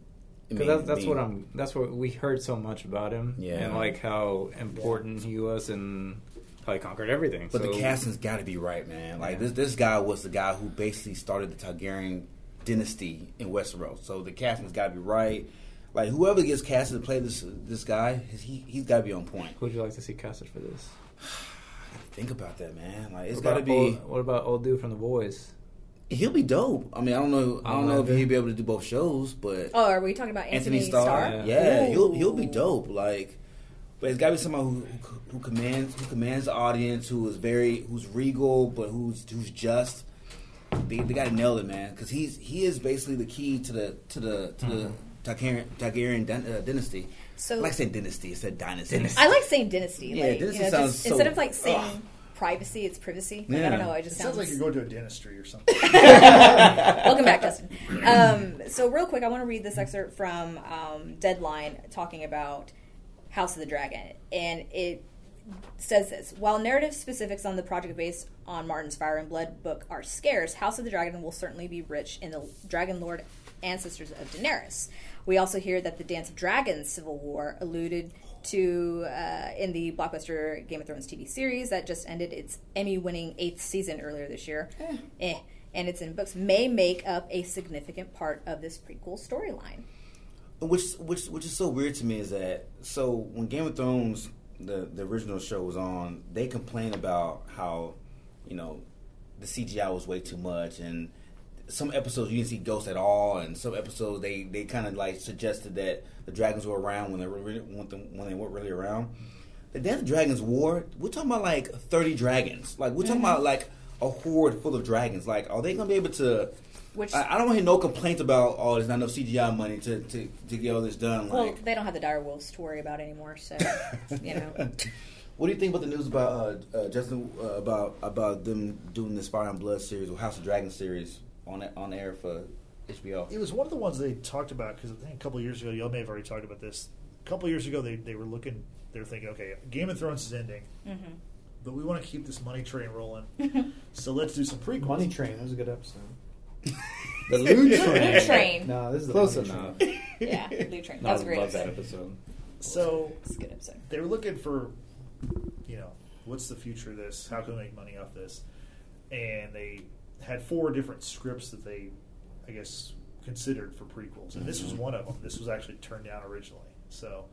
S5: I mean,
S2: Because that's, that's
S5: be-
S2: what I'm. That's what we heard so much about him,
S5: Yeah.
S2: and like how important he was, and how he conquered everything.
S5: But
S2: so,
S5: the casting's got to be right, man. Like this this guy was the guy who basically started the Targaryen dynasty in Westeros. So the casting's got to be right. Like whoever gets casted to play this this guy, he he's got to be on point.
S2: Who'd you like to see casted for this?
S5: Think about that, man. Like it's
S2: What
S5: got to
S2: about
S5: be.
S2: Old, what about old dude from The Boys?
S5: He'll be dope. I mean, I don't know. I don't know if he'll be able to do both shows, but
S4: Oh, are we talking about Anthony, Starr?
S5: Yeah,
S4: Ooh.
S5: he'll he'll be dope. Like, but it's got to be someone who, who who commands who commands the audience, who is very who's regal, but who's who's just. They, they got to nail it, man, because
S4: Mm-hmm.
S5: he's he is basically the key to the to the to the Targaryen, Targaryen dyn- uh, dynasty.
S4: So
S5: I like saying dynasty. It said dynasty.
S4: I like saying dynasty.
S5: Yeah,
S4: like,
S5: dynasty
S4: you know,
S5: sounds
S4: just,
S5: so-
S4: Instead of like saying
S5: Ugh.
S4: privacy, it's privacy. Like, I
S5: Yeah.
S4: don't know. I
S5: It
S4: just
S1: sounds like you're going to a dentistry or something.
S4: Welcome back, Justin. Um, so, real quick, I want to read this excerpt from um, Deadline talking about House of the Dragon. And it says this While narrative specifics on the project based on Martin's Fire and Blood book are scarce, House of the Dragon will certainly be rich in the Dragon Lord ancestors of Daenerys. We also hear that the Dance of Dragons Civil War alluded to uh, in the blockbuster Game of Thrones TV series that just ended its Emmy winning eighth season earlier this year.
S6: Hmm.
S4: Eh. And it's in books, may make up a significant part of this prequel storyline.
S5: Which which which is so weird to me is that so when Game of Thrones the the original show was on, they complained about how you know the CGI was way too much and some episodes you didn't see ghosts at all and some episodes they they kind of like suggested that the dragons were around when they were really, when, the, when they weren't really around. The Dance of Dragons War, we're talking about like 30 dragons. Like we're talking about like a horde full of dragons. Like are they going to be able to
S4: Which-
S5: I, I don't want to hear no complaints about oh there's not enough CGI money to, to, to get all this done.
S4: Well,
S5: Like,
S4: they don't have the dire wolves to worry about anymore, so you know.
S5: what do you think about the news about uh, uh, Justin uh, about about them doing this Fire and Blood series or House of Dragons series on on air for HBO?
S1: It was one of the ones they talked about because I think a couple years ago, y'all may have already talked about this. A couple years ago, they, they were looking, they were thinking, okay, Game of Thrones is ending,
S4: Mm. Mm-hmm.
S1: but we want to keep this money train rolling, so let's do some prequels.
S6: Money Train. That was a good episode.
S5: The Oh, Loot
S4: Loot Train.
S6: No, this is the
S3: Close
S6: Money
S3: enough.
S6: Train.
S4: Yeah, Loot Train. That was a great
S2: love that
S4: episode.
S2: episode.
S1: So
S4: It's a good episode.
S1: they were looking for, you know, what's the future of this? How can we make money off this? And they had four different scripts that they, I guess, considered for prequels, and this was one of them. This was actually turned down originally. So,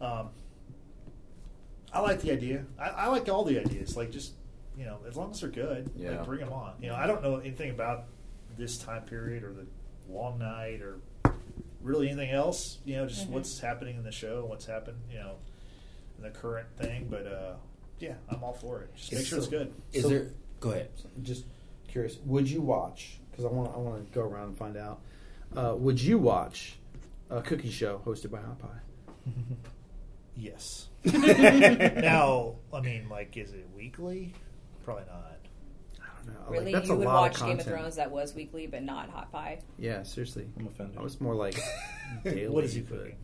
S1: um, I like the idea. I, I like all the ideas. Like just you know, as long as they're good,
S5: Yeah.
S1: like bring them on. You know, I don't know anything about this time period or the long night or really anything else. You know, just
S4: Mm-hmm.
S1: what's happening in the show, what's happened. You know, in the current thing. But uh, yeah, I'm all for it. Just make sure it's good.
S5: Is
S6: So-
S5: there? Go ahead.
S6: Just curious. Would you watch? Because I want. I want to go around and find out. Uh, would you watch a cookie show hosted by Hot Pie?
S1: Yes. now, I mean, like, is it weekly? Probably not.
S6: I don't know. Like,
S4: Really,
S6: that's
S4: you
S6: a
S4: would
S6: lot
S4: watch
S6: of
S4: Game
S6: content.
S4: of Thrones that was weekly, but not Hot Pie.
S6: Yeah, seriously.
S2: I'm offended.
S6: I was more like daily.
S1: What is he
S6: but-
S1: cooking?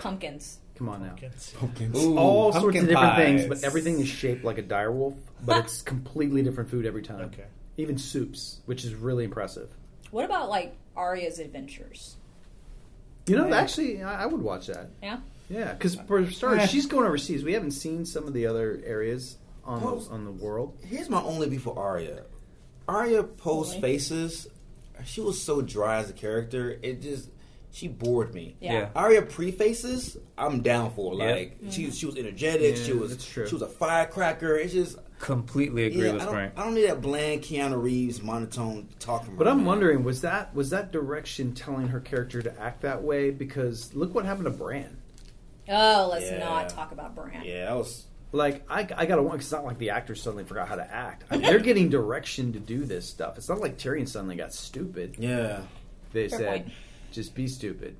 S4: Pumpkins.
S6: Come on now.
S1: Can't see.
S5: Ooh,
S6: All sorts
S2: pumpkin
S6: of different
S2: pies.
S6: things, but everything is shaped like a direwolf, but it's completely different food every time.
S1: Okay.
S6: Even soups, which is really impressive.
S4: What about like Arya's Adventures?
S6: You know, actually, I, I would watch that.
S4: Yeah,
S6: Yeah, because for starters, she's going overseas. We haven't seen some of the other areas on
S5: Well-
S1: Oh.
S6: the, on the world.
S5: Here's my only beef for Arya. Arya post
S4: Really?
S5: faces. She was so dry as a character. It just she bored me.
S4: yeah.
S2: Yeah.
S5: Arya prefaces, I'm down for.
S2: Yeah.
S5: Like she she was energetic. she
S6: Yeah,
S5: was
S6: that's true.
S5: she was a firecracker. It's just
S2: Completely agree
S5: yeah, I
S2: with
S5: don't,
S2: Frank.
S5: I don't need that bland Keanu Reeves monotone talking.
S6: But I'm wondering, was that was that direction telling her character to act that way? Because look what happened to Bran.
S4: Oh, let's
S5: Yeah.
S4: not talk about Bran.
S5: Yeah, that was
S6: Like I, I gotta want. It's not like the actors suddenly forgot how to act. I mean, they're getting direction to do this stuff. It's not like Tyrion suddenly got stupid.
S5: yeah.
S6: They
S4: Fair
S6: said,
S4: point.
S6: "Just be stupid."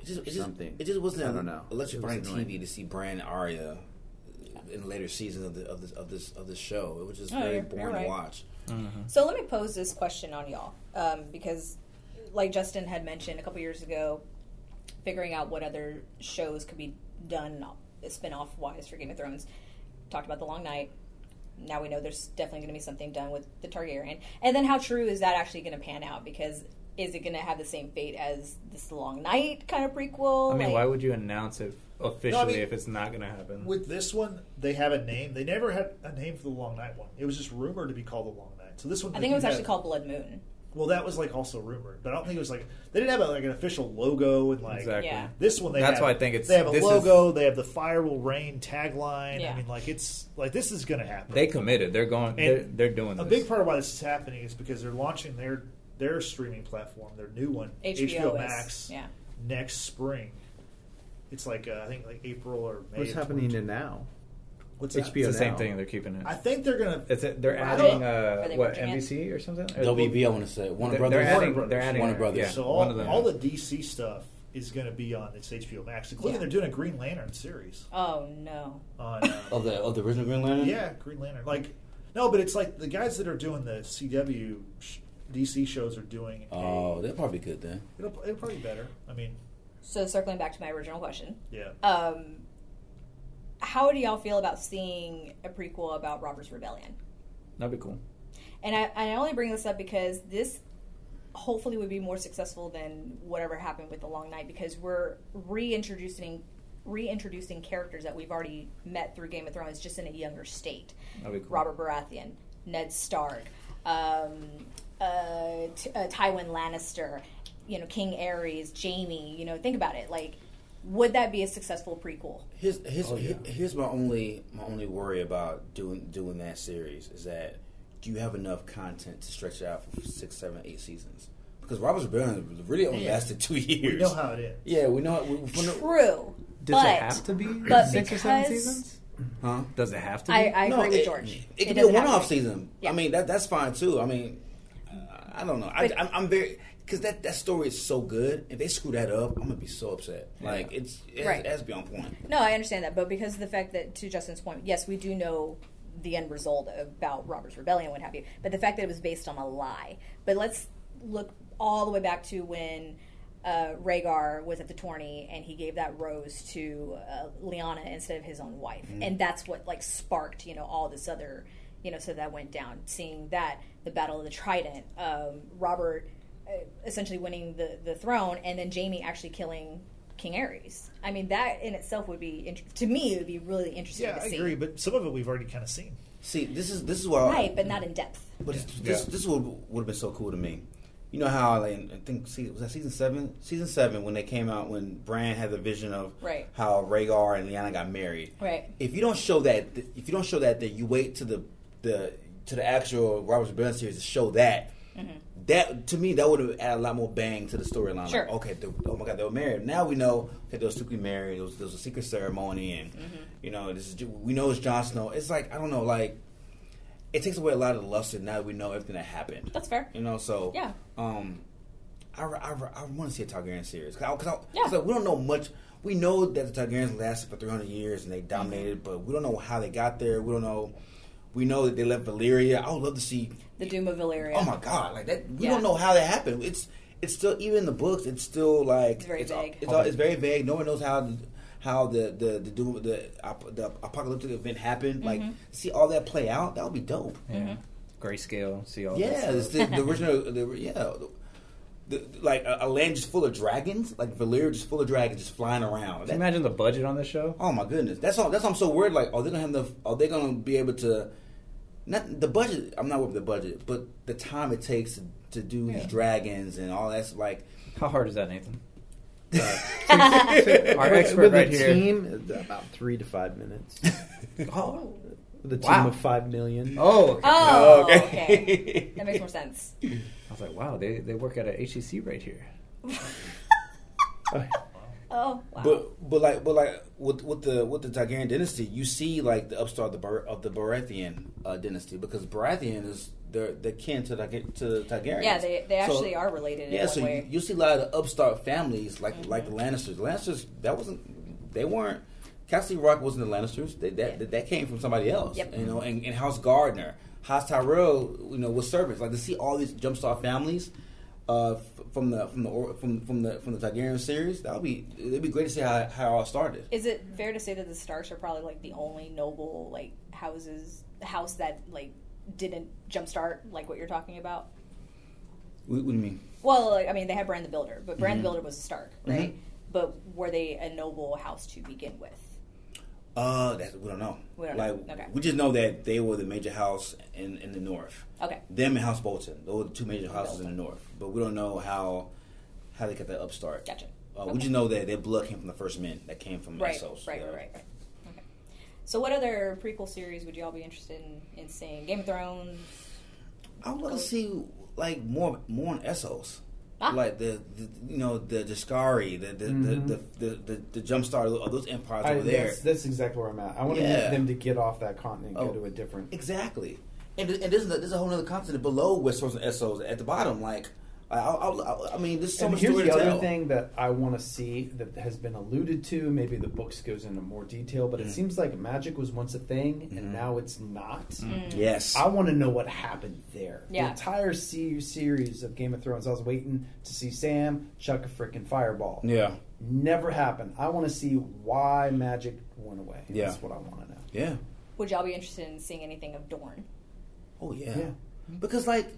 S5: It just, it just,
S6: Something.
S5: It just wasn't.
S6: I don't know.
S5: Electrifying
S6: It was annoying.
S5: TV to see Bran and Arya in later seasons of the of this of this of this show. It was just
S4: Oh,
S5: very
S4: you're-
S5: boring
S4: you're right.
S5: to watch.
S2: Mm-hmm.
S4: So let me pose this question on y'all, um, because, like Justin had mentioned a couple years ago, figuring out what other shows could be done spin-off wise for Game of Thrones. Talked about the Long Night. Now we know there's definitely going to be something done with the Targaryen, and then how true is that actually going to pan out? Because is it going to have the same fate as this Long Night kind of prequel?
S2: I mean,
S4: Oh, Like-
S2: why would you announce it officially
S1: No, I mean-
S2: if it's not going to happen?
S1: With this one, they have a name. They never had a name for the Long Night one. It was just rumored to be called the Long Night. So this one,
S4: I think it was
S1: they
S4: actually
S1: had-
S4: called Blood Moon.
S1: Well, that was like also rumored, but I don't think it was like they didn't have a, like an official logo and like
S2: Exactly.
S4: Yeah.
S1: this one. They
S2: That's
S1: have,
S2: why I think it's-
S1: they have a
S2: this
S1: logo. They have the "Fire Will Rain" tagline.
S4: Yeah.
S1: I mean, like it's like this is going to happen.
S2: They committed. They're going. They're,
S1: And
S2: they're doing
S1: a
S2: this.
S1: big part of why this is happening is because they're launching their their streaming platform, their new one,
S4: HBO, is-
S1: Max,
S4: Yeah.
S1: next spring. It's like uh, I think like April or May.
S6: What's
S1: of
S6: happening to
S1: 2020.
S6: now?
S1: What's
S6: HBO?
S1: that?
S2: It's the same
S6: now.
S2: thing. They're keeping it.
S1: I think they're gonna.
S2: It's it, they're
S1: I don't-
S2: adding
S4: Are
S2: uh,
S4: they
S2: what
S4: merging it?
S2: NBC or something. Or-
S5: WB, I want to say Warner
S2: They're-
S5: Brothers.
S1: Warner
S2: They're adding. They're
S1: Brothers.
S2: adding.
S5: Warner Brothers.
S2: Yeah,
S1: so
S2: one
S1: all,
S2: of them.
S1: all the DC stuff is going to be on this HBO Max, including
S4: Yeah.
S1: they're doing a Green Lantern series
S4: Oh no.
S1: on. uh,
S2: Oh,
S5: Of the of the original Green Lantern.
S1: Yeah, Green Lantern. Like, no, but it's like the guys that are doing the CW, sh- DC shows are doing. a-
S5: Oh, that'd probably be good then.
S1: it'll, it'll probably be better. I mean,
S4: So circling back to my original question,
S1: yeah.
S4: um, how do y'all feel about seeing a prequel about Robert's Rebellion?
S2: That'd be cool.
S4: And I, and I only bring this up because this hopefully would be more successful than whatever happened with the Long Night because we're reintroducing reintroducing characters that we've already met through Game of Thrones just in a younger state.
S2: That'd be cool.
S4: Robert Baratheon, Ned Stark, um, uh, T- uh, Tywin Lannister, you know, King Ares, Jamie. You know, think about it. Like, would that be a successful prequel?
S5: Here's here's
S6: Oh, yeah.
S5: here- here's my only my only worry about doing doing that series is that do you have enough content to stretch it out for six, seven, eight seasons? Because Robert's Rebellion really only lasted two years.
S1: We know how it is.
S5: yeah, we know. We, we know
S4: True,
S2: Does
S4: but
S2: it have to be
S4: but
S2: six or seven
S4: because-
S2: seasons?
S5: huh?
S2: Does it have to be?
S4: I, I
S5: No,
S4: agree with
S5: it-
S4: George.
S5: It, could be a
S4: doesn't have to
S5: one-off season.
S4: Yeah.
S5: I mean, that that's fine too. I mean, uh, I don't know. I,
S4: But-
S5: I'm, I'm very because that that story is so good. If they screw that up, I'm gonna be so upset. Like it's it has,
S4: Right.
S5: it has to be on point.
S4: No, I understand that, but because of the fact that, to Justin's point, yes, we do know the end result about Robert's Rebellion, what have you, but the fact that it was based on a lie. But let's look all the way back to when uh, Rhaegar was at the tourney and he gave that rose to uh, Lyanna instead of his own wife,
S1: Mm-hmm.
S4: and that's what like sparked you know all this other you know so that went down. Seeing that the Battle of the Trident, um, Robert uh, essentially winning the the throne, and then Jamie actually killing King Ares. I mean, that in itself would be inter- to me it would be really interesting.
S1: Yeah,
S4: to
S1: I
S4: see.
S1: agree. But some of it we've already kind of seen.
S5: See, this is this is where I-
S4: right, but not in depth.
S5: But it's, this
S2: Yeah.
S5: this would would have been so cool to me. You know how like I think se- was that season seven? Season seven when they came out when Bran had the vision of
S4: Right.
S5: how Rhaegar and Lyanna got married.
S4: Right.
S5: If you don't show that, th- if you don't show that, then you wait to the the to the actual Robert's Rebellion series to show that. That to me, that would have added a lot more bang to the storyline.
S4: Sure.
S5: Like, okay, they, oh my God, they were married. Now we know that they were secretly married. There was, there was a secret ceremony, and you know, this is we know it's Jon Snow. It's like I don't know, like it takes away a lot of the luster now that we know everything that happened.
S4: That's fair.
S5: You know, so
S4: Yeah.
S5: Um, I, re- I, re- I want to see a Targaryen series because
S4: Yeah.
S5: we don't know much. We know that the Targaryens lasted for 300 years and they dominated,
S4: Mm-hmm.
S5: but we don't know how they got there. We don't know. We know that they left Valyria. I would love to see.
S4: The Doom of Valyria.
S5: Oh my god! Like that. We
S4: Yeah.
S5: don't know how that happened. It's it's still even in the books. It's still like
S4: It's very
S5: all-
S4: vague.
S5: It's, all, it's very vague. No one knows how the, how the the the, doom, the ap- the apocalyptic event happened. Like
S4: Mm-hmm.
S5: see all that play out. That would be dope.
S2: yeah. Grayscale. See
S4: Oh,
S2: all.
S5: Yeah,
S2: That
S5: it's the, the original. The, yeah, the, the- like a, a land just full of dragons, like Valyria just full of dragons, just flying around.
S2: Can you
S5: That-
S2: imagine the budget on this show?
S5: oh my goodness, that's all. That's why I'm so worried. Like, are they gonna have enough? Are they gonna be able to? Not the budget. I'm not worried with the budget, but the time it takes to, to do these dragons and all that's like.
S2: How hard is that, Nathan?
S3: Our
S2: With-
S3: expert
S2: with
S3: right
S2: a
S3: here. team, about three to five minutes.
S2: Oh.
S3: With a team
S2: Wow.
S3: of five million.
S2: Oh. okay.
S4: Oh, okay. That makes more sense.
S2: I was like, wow, they, they work at a HEC right here.
S4: Oh, wow.
S5: But but like but like with with the with the Targaryen dynasty, you see like the upstart of the Bar- of the Baratheon uh, dynasty because Baratheon is they're they're kin to the to the Targaryens.
S4: yeah, they, they
S5: So-
S4: actually are related in
S5: Yeah,
S4: one
S5: so you,
S4: way. Mm-hmm.
S5: you see a lot of the upstart families like like the Lannisters. Lannisters that wasn't they weren't Castle Rock wasn't the Lannisters. They, that, that that came from somebody else.
S4: Yep.
S5: You know, and, and House Gardner, House Tyrell, you know, was servants. Like to see all these jumpstart families uh, f- from the from the or- from from the from the Targaryen series. That would be it'd be great to see how how it all started.
S4: Is it fair to say that the Starks are probably like the only noble like houses house that like didn't jumpstart like what you're talking about?
S5: What, what do you mean?
S4: Well, like, I mean, they had Bran the Builder, but
S5: Mm-hmm.
S4: Bran the Builder was a Stark, right? But were they a noble house to begin with?
S5: Uh, that's, we don't know.
S4: We don't
S5: like,
S4: know. Okay.
S5: We just know that they were the major house in in the north.
S4: Okay,
S5: Them and House Bolton. Those were the two major houses in
S4: Bolton.
S5: the north. But we don't know how how they got that upstart.
S4: gotcha.
S5: Uh,
S4: Okay.
S5: We just know that their blood came from the first men that came from
S4: right,
S5: Essos.
S4: right,
S5: yeah.
S4: right, right, right. Okay. So, what other prequel series would y'all be interested in, in seeing? Game of Thrones.
S5: I want to see like more more on Essos.
S4: Ah.
S5: Like the, the you know the Discari, the the,
S3: Mhm.
S5: the, the the the the jumpstart of those empires
S6: Mm-hmm. I,
S5: over there.
S6: that's, that's exactly where I'm at. I want to
S5: Yeah.
S6: get them to get off that continent and
S5: Oh.
S6: go to a different.
S5: Exactly. And, th- and there's, a, there's a whole other continent below Westeros and Essos at the bottom. Like, I, I, I, I mean, this is so
S6: and
S5: much
S6: here's
S5: story
S6: the
S5: to
S6: other
S5: tell.
S6: thing that I want to see that has been alluded to. Maybe the books goes into more detail, but it seems like magic was once a thing and now it's not.
S4: Mm.
S5: Yes.
S6: I want to know what happened there.
S4: Yeah.
S6: The entire se- series of Game of Thrones, I was waiting to see Sam chuck a freaking fireball.
S5: yeah.
S6: Never happened. I want to see why magic went away.
S5: Yeah.
S6: That's what I want to know.
S5: Yeah.
S4: Would y'all be interested in seeing anything of Dorne?
S5: Oh yeah.
S6: Yeah.
S5: Because like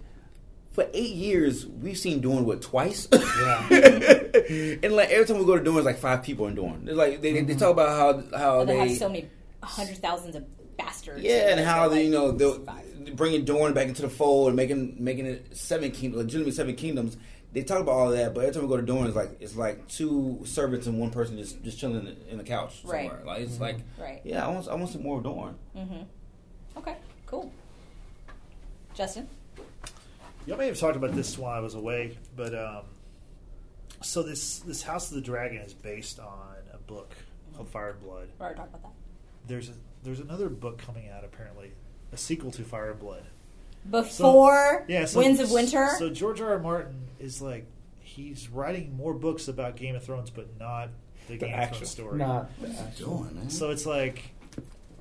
S5: for eight years we've seen Dorn what twice. and like every time we go to Dorn, it's like five people in Dorn. They're like they, they talk about how how
S4: But they
S5: they,
S4: have so many hundred thousands of bastards.
S5: yeah, and how
S4: they're
S5: they, you know
S4: like-
S5: they're bringing Dorn back into the fold and making making it seven kingdoms, legitimately seven kingdoms. They talk about all that, but every time we go to Dorn, it's like it's like two servants and one person just just chilling in the, in the couch
S4: Right.
S5: somewhere. Like it's like
S4: Right.
S5: yeah, I want I want some more of Dorn.
S4: Mm-hmm. Okay. Cool. Justin.
S1: Y'all may have talked about this while I was away, but um, so this this House of the Dragon is based on a book called Fire and Blood.
S4: We're already talking about that.
S1: There's a, there's another book coming out apparently, a sequel to Fire and Blood.
S4: Before
S1: Yeah, so-
S4: Winds of Winter.
S1: So George R. R. Martin is like he's writing more books about Game of Thrones, but not the, Game of
S2: actual-
S1: Thrones story.
S6: Not
S5: Dorn, man.
S1: So it's like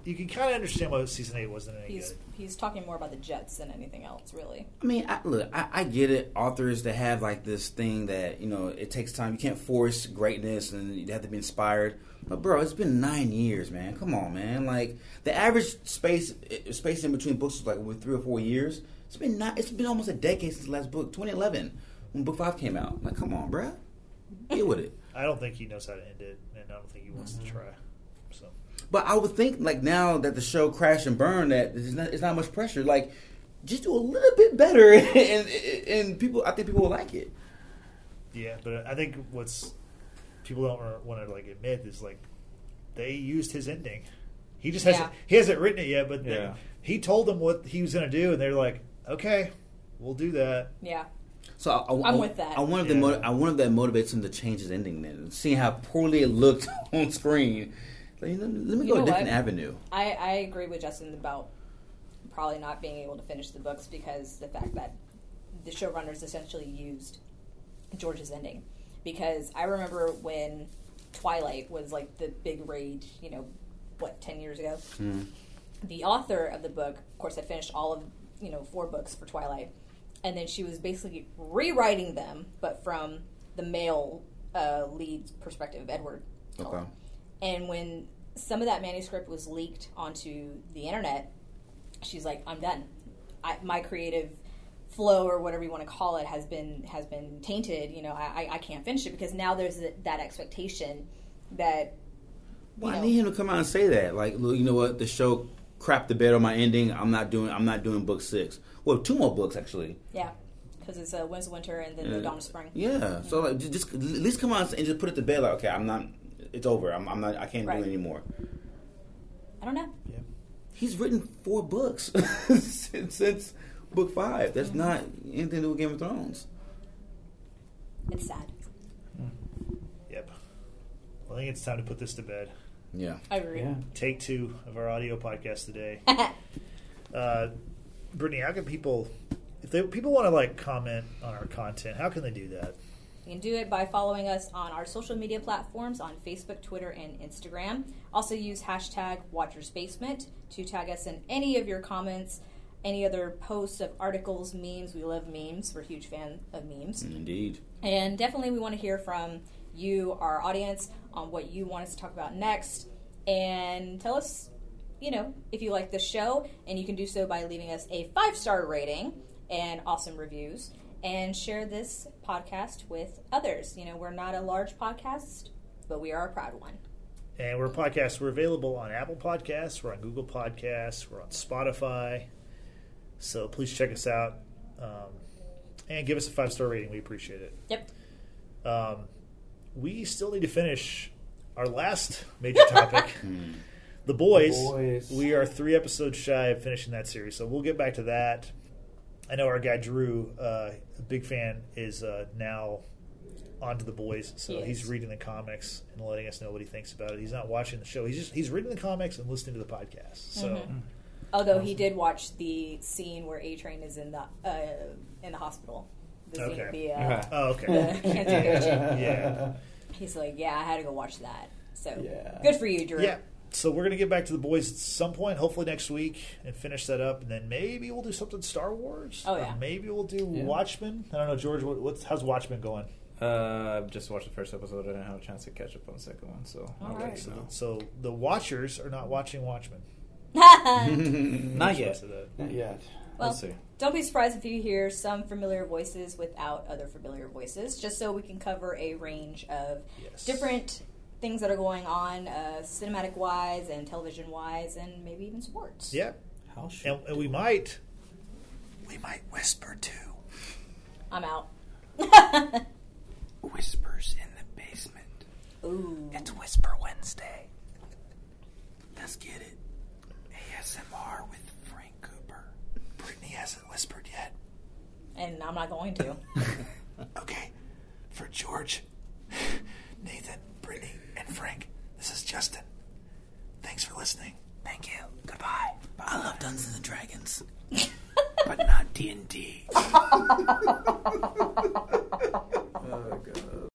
S1: you can kind of understand why season eight wasn't any
S4: he's
S1: good.
S4: he's talking more about the Jets than anything else, really.
S5: I mean, I, look, I, I get it. Authors that have like this thing that you know it takes time. You can't force greatness, and you have to be inspired. But bro, it's been nine years, man. Come on, man. Like the average space eh, space in between books is like with three or four years. It's been not. It's been almost a decade since the last book, 2011, when book five came out. Like, come on, bro. Get with it.
S1: I don't think he knows how to end it, and I don't think he wants to try. So
S5: But I would think like now that the show crashed and burned, that it's not, it's not much pressure. Like, just do a little bit better, and and people, I think people will like it.
S1: yeah, but I think what's people don't want to like admit is like they used his ending. He just hasn't
S4: Yeah.
S1: he hasn't written it yet, but they-
S2: Yeah.
S1: he told them what he was going to do, and they're like, okay, we'll do that.
S4: Yeah.
S5: So I, I,
S4: I'm
S5: I-
S4: with that.
S5: I wanted
S1: Yeah.
S5: the moti- I wanted that motivates him to change his ending. Then seeing how poorly it looked on screen, like, let, me- let me
S4: You
S5: go
S4: know
S5: a different
S4: what?
S5: avenue.
S4: I, I agree with Justin about probably not being able to finish the books because the fact that the showrunners essentially used George's ending. Because I remember when Twilight was like the big rage, you know, what, 10 years ago? The author of the book, of course, had finished all of, you know, four books for Twilight. And then she was basically rewriting them, but from the male uh, lead's perspective, Edward. Cullen.
S5: Okay.
S4: And when some of that manuscript was leaked onto the internet, she's like, "I'm done. I, my creative flow, or whatever you want to call it, has been has been tainted. You know, I, I- I can't finish it because now there's th- that expectation that
S5: Well,
S4: you
S5: I
S4: know-
S5: need him to come out and say that. Like, look, you know what? The show crapped the bed on my ending. I'm not doing. I'm not doing book six. Well, two more books actually.
S4: yeah, because it's uh, Winds of Winter and then the
S5: Yeah.
S4: Dawn of Spring.
S5: Yeah. So like, ju- just, at least come out and just put it to bed. Like, okay, I'm not. It's over. I'm, I'm not. I can't
S4: Right.
S5: do it anymore.
S4: I don't know.
S1: Yeah.
S5: He's written four books since, since book five. That's
S4: Mm-hmm.
S5: not anything to do with Game of Thrones.
S4: It's sad.
S1: Yep. I think it's time to put this to bed.
S5: Yeah.
S4: I agree.
S6: Yeah.
S1: Take two of our audio podcast today. uh, Brittany, how can people, if they people want to like comment on our content, how can they do that?
S4: You can do it by following us on our social media platforms on Facebook, Twitter, and Instagram. Also, use hashtag WatchersBasement to tag us in any of your comments, any other posts of articles, memes. We love memes. We're a huge fan of memes.
S5: Indeed.
S4: And definitely, we want to hear from you, our audience, on what you want us to talk about next. And tell us, you know, if you like the show. And you can do so by leaving us a five star rating and awesome reviews. And share this podcast with others. You know, we're not a large podcast, but we are a proud one.
S1: And we're a podcast. We're available on Apple Podcasts. We're on Google Podcasts. We're on Spotify. So please check us out um, and give us a five star rating. We appreciate it.
S4: Yep.
S1: Um, we still need to finish our last major topic.
S5: Hmm.
S1: The boys,
S6: The Boys.
S1: We are three episodes shy of finishing that series, so we'll get back to that. I know our guy Drew, uh, a big fan, is uh, now onto the boys, so
S4: He
S1: he's
S4: is.
S1: reading the comics and letting us know what he thinks about it. He's not watching the show; he's just he's reading the comics and listening to the podcast. So
S4: Mm-hmm. Mm. Although he did watch the scene where A Train is in the uh, in the hospital, the scene,
S1: Okay.
S4: the, uh,
S1: Oh, okay.
S4: the Kensuke
S1: yeah.
S4: He's like, yeah, I had to go watch that. So
S6: Yeah.
S4: good for you, Drew.
S1: Yeah. So we're gonna get back to the boys at some point, hopefully next week, and finish that up, and then maybe we'll do something Star Wars.
S4: Oh,
S1: Or
S4: yeah.
S1: maybe we'll do
S3: Yeah.
S1: Watchmen. I don't know, George. What, what's how's Watchmen going?
S2: Uh, I've just watched the first episode. I didn't have a chance to catch up on the second one, so I'll
S4: All
S2: let
S4: right.
S2: you know.
S1: So the Watchers are not watching Watchmen.
S2: Not yet.
S6: Not yet.
S4: well,
S2: Let's see.
S4: don't be surprised if you hear some familiar voices without other familiar voices, just so we can cover a range of
S1: Yes.
S4: different things that are going on, uh, cinematic wise and television wise, and maybe even sports.
S1: Yeah.
S2: How should
S1: And, and we might.
S7: We might whisper too.
S4: I'm out.
S7: Whispers in the basement.
S4: Ooh.
S7: It's Whisper Wednesday. Let's get it. ASMR with Frank Cooper. Brittany hasn't whispered yet.
S4: And I'm not going to.
S7: Okay. For George, Nathan, Brittany, and Frank, this is Justin. Thanks for listening. Thank you. Goodbye. I love Dungeons and Dragons, but not D and D.